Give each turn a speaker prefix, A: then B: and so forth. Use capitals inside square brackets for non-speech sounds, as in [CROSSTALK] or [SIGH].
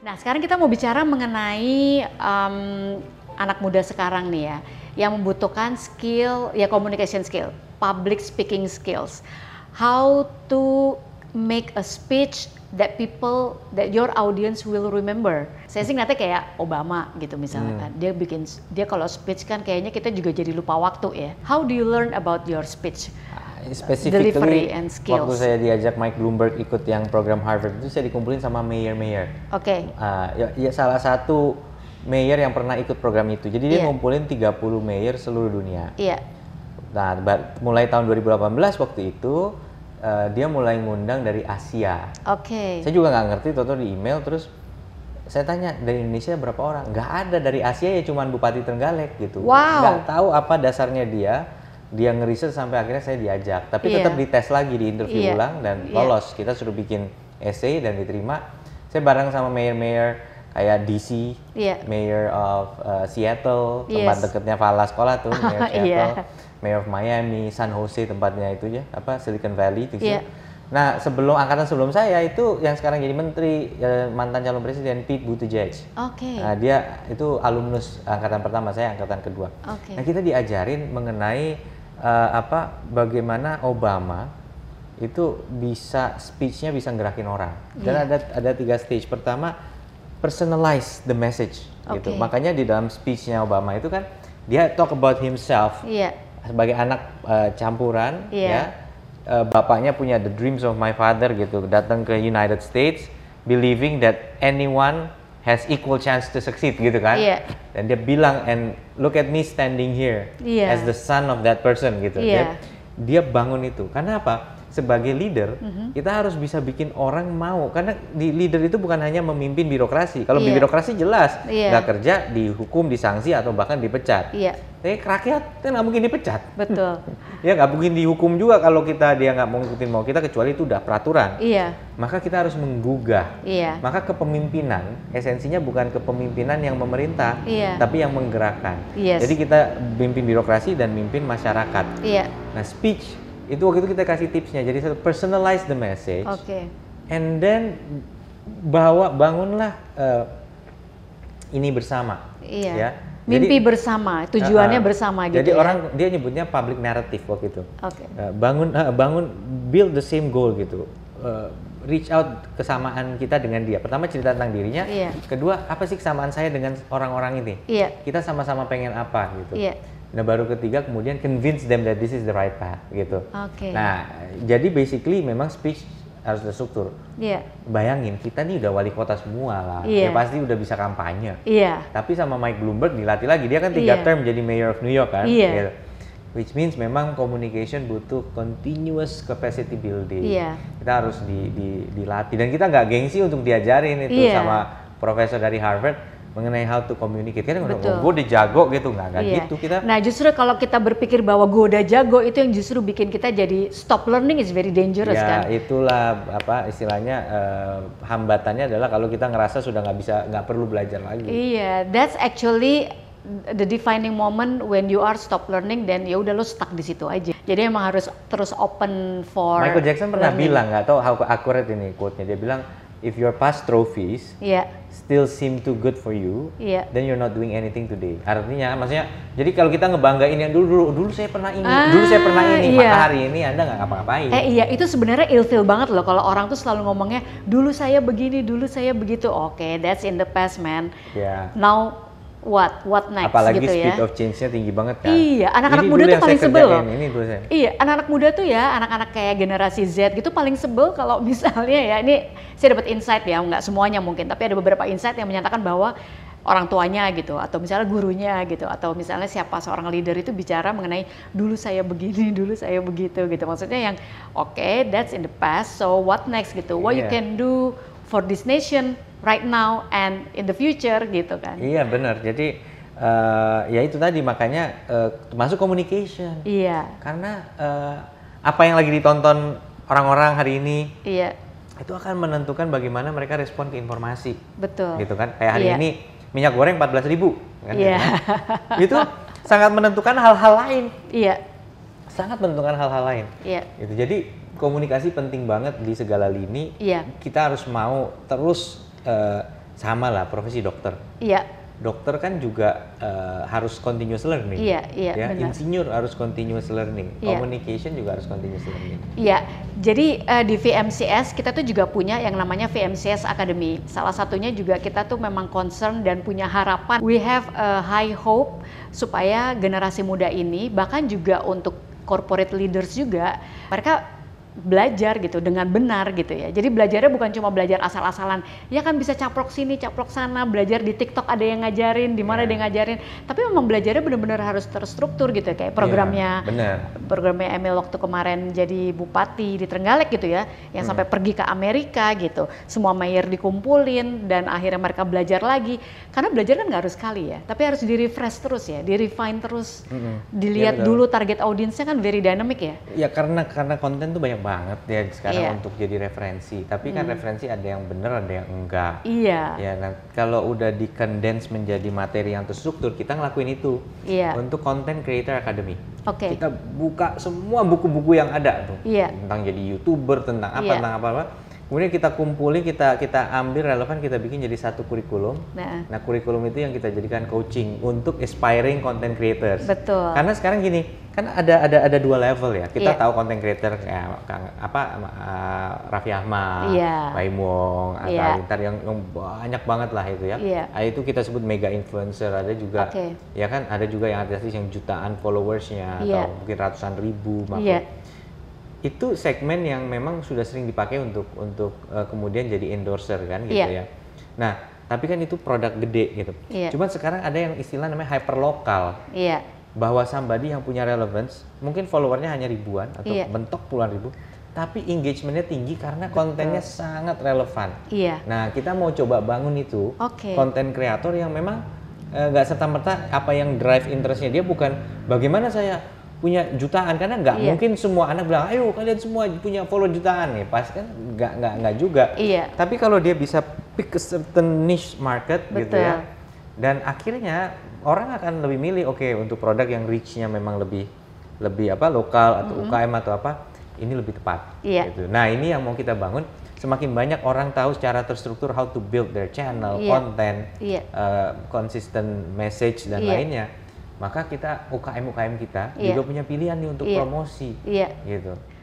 A: Nah, sekarang kita mau bicara mengenai em, anak muda sekarang nih ya, yang membutuhkan skill, ya communication skill, public speaking skills. How to make a speech that people, that your audience will remember. Saya sih ngeliatnya kayak Obama gitu misalnya kan. Dia bikin, dia kalau speech kan kayaknya kita juga jadi lupa waktu ya. How do you learn about your speech? Delivery
B: Ah, Specifically,
A: and skills.
B: waktu saya diajak Mike Bloomberg ikut yang program Harvard itu saya dikumpulin sama mayor-mayor.
A: Oke,
B: Ah, ya, ya salah satu mayor yang pernah ikut program itu. Jadi dia
A: Iya.
B: ngumpulin 30 mayor seluruh dunia.
A: iya.
B: Nah, ba- mulai tahun 2018 waktu itu eh, dia mulai ngundang dari Asia.
A: Oke.
B: Saya juga nggak ngerti, toto di email terus saya tanya dari Indonesia berapa orang? Nggak ada dari Asia ya cuman Bupati Trenggalek gitu.
A: Wow.
B: Nggak tahu apa dasarnya dia. Dia ngeriset sampai akhirnya saya diajak. Tapi
A: Iya.
B: tetap dites lagi di interview
A: Iya.
B: ulang dan
A: Iya.
B: lolos. Kita suruh bikin essay dan diterima. Saya bareng sama mayor-mayor kayak DC,
A: Iya.
B: mayor of uh, Seattle, tempat
A: Yes.
B: dekatnya Fala sekolah tuh, mayor
A: [LAUGHS] Iya.
B: Seattle, Oh, mayor of Miami, San Jose tempatnya itu ya, apa Silicon Valley itu
A: Iya.
B: Nah, sebelum angkatan sebelum saya itu yang sekarang jadi menteri eh, mantan calon presiden Pete Buttigieg.
A: Oke.
B: Nah, dia itu alumnus angkatan pertama saya, angkatan kedua.
A: Oke.
B: Nah, kita diajarin mengenai eh, apa bagaimana Obama itu bisa speech-nya bisa gerakin orang. Dan
A: Iya.
B: ada ada tiga stage. Pertama, personalize the message
A: Oke.
B: gitu. Makanya di dalam speech-nya Obama itu kan dia talk about himself
A: Iya.
B: sebagai anak eh, campuran
A: Iya.
B: ya eh, bapaknya punya the dreams of my father gitu datang ke United States believing that anyone has equal chance to succeed gitu kan
A: Iya.
B: dan dia bilang and look at me standing here
A: Iya.
B: as the son of that person gitu
A: Iya.
B: dia dia bangun itu karena apa sebagai leader
A: Mhm.
B: kita harus bisa bikin orang mau karena di leader itu bukan hanya memimpin birokrasi kalau di
A: Iya.
B: birokrasi jelas
A: Iya.
B: nggak kerja dihukum disanksi atau bahkan dipecat
A: Iya.
B: tapi rakyat kan nggak mungkin dipecat
A: Betul.
B: ya nggak mungkin dihukum juga kalau kita dia nggak mau ngikutin mau kita kecuali itu udah peraturan
A: Iya.
B: maka kita harus menggugah
A: Iya.
B: maka kepemimpinan esensinya bukan kepemimpinan yang memerintah
A: Iya.
B: tapi yang menggerakkan
A: Yes.
B: jadi kita mimpin birokrasi dan mimpin masyarakat
A: Iya.
B: nah speech itu waktu itu kita kasih tipsnya jadi satu, personalize the message
A: Oke.
B: and then bawa bangunlah eh, ini bersama
A: Iya.
B: ya Jadi-
A: Mimpi bersama, tujuannya
B: Uh-uh.
A: bersama gitu.
B: Jadi
A: ya?
B: orang dia nyebutnya public narrative waktu itu.
A: Oke.
B: Uh, bangun uh, bangun build the same goal gitu. Uh, reach out kesamaan kita dengan dia. Pertama cerita tentang dirinya.
A: Iya.
B: Kedua apa sih kesamaan saya dengan orang-orang ini?
A: Iya.
B: Kita sama-sama pengen apa gitu.
A: Iya.
B: Nah baru ketiga kemudian convince them that this is the right path gitu.
A: Oke.
B: Nah jadi basically memang speech harus terstruktur.
A: Iya.
B: Bayangin kita nih udah wali kota semua lah.
A: Iya.
B: Ya pasti udah bisa kampanye.
A: Iya.
B: Tapi sama Mike Bloomberg dilatih lagi. Dia kan tiga
A: Iya.
B: term jadi mayor of New York kan.
A: Iya.
B: Gitu. Which means memang communication butuh continuous capacity building.
A: Iya.
B: Kita harus di, di- dilatih dan kita nggak gengsi untuk diajarin itu
A: Iya.
B: sama profesor dari Harvard mengenai how to communicate. Kita nggak
A: Betul.
B: gue dijago gitu nggak nggak
A: Iya.
B: gitu kita.
A: Nah justru kalau kita berpikir bahwa goda jago itu yang justru bikin kita jadi stop learning is very dangerous
B: ya
A: kan?
B: itulah apa istilahnya eh, hambatannya adalah kalau kita ngerasa sudah nggak bisa nggak perlu belajar lagi.
A: Iya, that's actually the defining moment when you are stop learning dan ya udah lo stuck di situ aja. Jadi emang harus terus open for
B: Michael Jackson pernah
A: learning.
B: bilang nggak tahu how accurate ini quote-nya dia bilang if your past trophies
A: Iya,
B: still seem too good for you,
A: Iya.
B: then you're not doing anything today. Artinya, maksudnya, jadi kalau kita ngebanggain yang dulu dulu, dulu saya pernah ini,
A: Ah,
B: dulu saya pernah ini,
A: iya.
B: maka hari ini anda nggak ngapa-ngapain.
A: Eh iya itu sebenarnya ilfil banget loh kalau orang tuh selalu ngomongnya dulu saya begini dulu saya begitu. Oke, that's in the past man.
B: Ya.
A: Now what? What next
B: Apalagi
A: gitu ya.
B: speed of change-nya tinggi banget kan.
A: Iya, anak-anak
B: Ini
A: muda
B: dulu
A: tuh
B: yang saya
A: paling sebel
B: kerjain,
A: loh.
B: Ini dulu saya.
A: Iya, anak-anak muda tuh ya, anak-anak kayak generasi Z gitu paling sebel kalau [LAUGHS] misalnya ya, ini saya dapat insight ya, nggak semuanya mungkin, tapi ada beberapa insight yang menyatakan bahwa orang tuanya gitu, atau misalnya gurunya gitu, atau misalnya siapa seorang leader itu bicara mengenai dulu saya begini, [LAUGHS] dulu saya begitu gitu. Maksudnya yang oke, that's in the past, so what next gitu, what you
B: Iya.
A: can do for this nation right now and in the future gitu kan.
B: Iya benar. Jadi eh, ya itu tadi makanya eh, masuk communication.
A: Iya,
B: Karena eh, apa yang lagi ditonton orang-orang hari ini
A: iya,
B: itu akan menentukan bagaimana mereka respon ke informasi.
A: betul.
B: gitu kan kayak hari
A: Iya.
B: ini minyak goreng 14.000 ribu kan Gitu
A: Iya.
B: itu
A: [LAUGHS]
B: sangat menentukan hal-hal lain
A: Iya,
B: sangat menentukan hal-hal lain
A: iya,
B: itu jadi komunikasi penting banget di segala lini
A: iya.
B: kita harus mau terus eh, sama lah profesi dokter.
A: Iya,
B: Dokter kan juga eh, harus continuous learning.
A: Iya, iya,
B: ya,
A: benar.
B: insinyur harus continuous learning.
A: Iya.
B: Communication juga harus continuous learning.
A: Iya, jadi eh, di VMCS kita tuh juga punya yang namanya VMCS Academy. Salah satunya juga kita tuh memang concern dan punya harapan. We have a high hope supaya generasi muda ini bahkan juga untuk corporate leaders juga mereka belajar gitu dengan benar gitu ya. Jadi belajarnya bukan cuma belajar asal-asalan. Ya kan bisa caplok sini, caplok sana, belajar di TikTok ada yang ngajarin, di mana ada yang ngajarin. Tapi memang belajarnya benar-benar harus terstruktur gitu ya, kayak programnya
B: Iya, benar.
A: programnya Emil waktu kemarin jadi bupati di Trenggalek gitu ya, yang
B: Hmm.
A: sampai pergi ke Amerika gitu, semua mayor dikumpulin dan akhirnya mereka belajar lagi. Karena belajar kan nggak harus sekali ya, tapi harus di refresh terus ya, di refine terus,
B: Mm-mm.
A: dilihat
B: Iya, betul.
A: dulu target audiensnya kan very dynamic ya.
B: Ya karena karena konten tuh banyak banget ya sekarang
A: Iya. Hmm.
B: untuk jadi referensi. Tapi kan referensi ada yang benar, ada yang enggak.
A: Iya,
B: Ya, nah, kalau udah di condense menjadi materi yang terstruktur, kita ngelakuin itu
A: iya,
B: untuk Content Creator Academy.
A: oke,
B: Kita buka semua buku-buku yang ada tuh
A: Iya.
B: tentang jadi youtuber, tentang apa,
A: Iya.
B: tentang apa apa. Kemudian kita kumpulin, kita kita ambil relevan, kita bikin jadi satu kurikulum.
A: nah
B: Nah, kurikulum itu yang kita jadikan coaching untuk aspiring content creators.
A: betul,
B: Karena sekarang gini, kan ada ada ada dua level ya. Kita
A: Iya.
B: tahu konten creator kayak Kang- apa eh, Raffi Ahmad,
A: Iya.
B: Baim Wong, Atta
A: Iya.
B: Halilintar yang, yang banyak banget lah itu ya.
A: Iya.
B: Ah, itu kita sebut mega influencer, ada juga
A: Oke.
B: ya kan ada juga yang artis yang jutaan followersnya
A: Iya.
B: atau mungkin ratusan ribu makro.
A: iya,
B: Itu segmen yang memang sudah sering dipakai untuk untuk eh, kemudian jadi endorser kan gitu
A: Iya.
B: ya. Nah, tapi kan itu produk gede gitu.
A: Iya.
B: Cuman sekarang ada yang istilah namanya hyperlokal
A: iya,
B: bahwa somebody yang punya relevance mungkin followernya hanya ribuan atau
A: Iya.
B: mentok puluhan ribu tapi engagementnya tinggi karena kontennya sangat relevan
A: iya,
B: nah kita mau coba bangun itu
A: oke,
B: konten kreator yang memang eh, nggak serta merta apa yang drive interestnya dia bukan bagaimana saya punya jutaan karena nggak
A: Iya.
B: mungkin semua anak bilang ayo kalian semua punya follow jutaan nih pas kan nggak nggak nggak juga
A: iya,
B: tapi kalau dia bisa pick a certain niche market gitu
A: Betul.
B: ya. Dan akhirnya orang akan lebih milih oke untuk produk yang reach-nya memang lebih lebih apa lokal atau UKM atau apa ini lebih tepat
A: Iya.
B: gitu. Nah, ini yang mau kita bangun semakin banyak orang tahu secara terstruktur how to build their channel,
A: Iya.
B: konten,
A: iya,
B: eh, consistent message dan
A: Iya.
B: lainnya. Maka kita UKM UKM kita
A: Iya.
B: juga punya pilihan nih untuk
A: Iya.
B: promosi
A: iya.
B: gitu.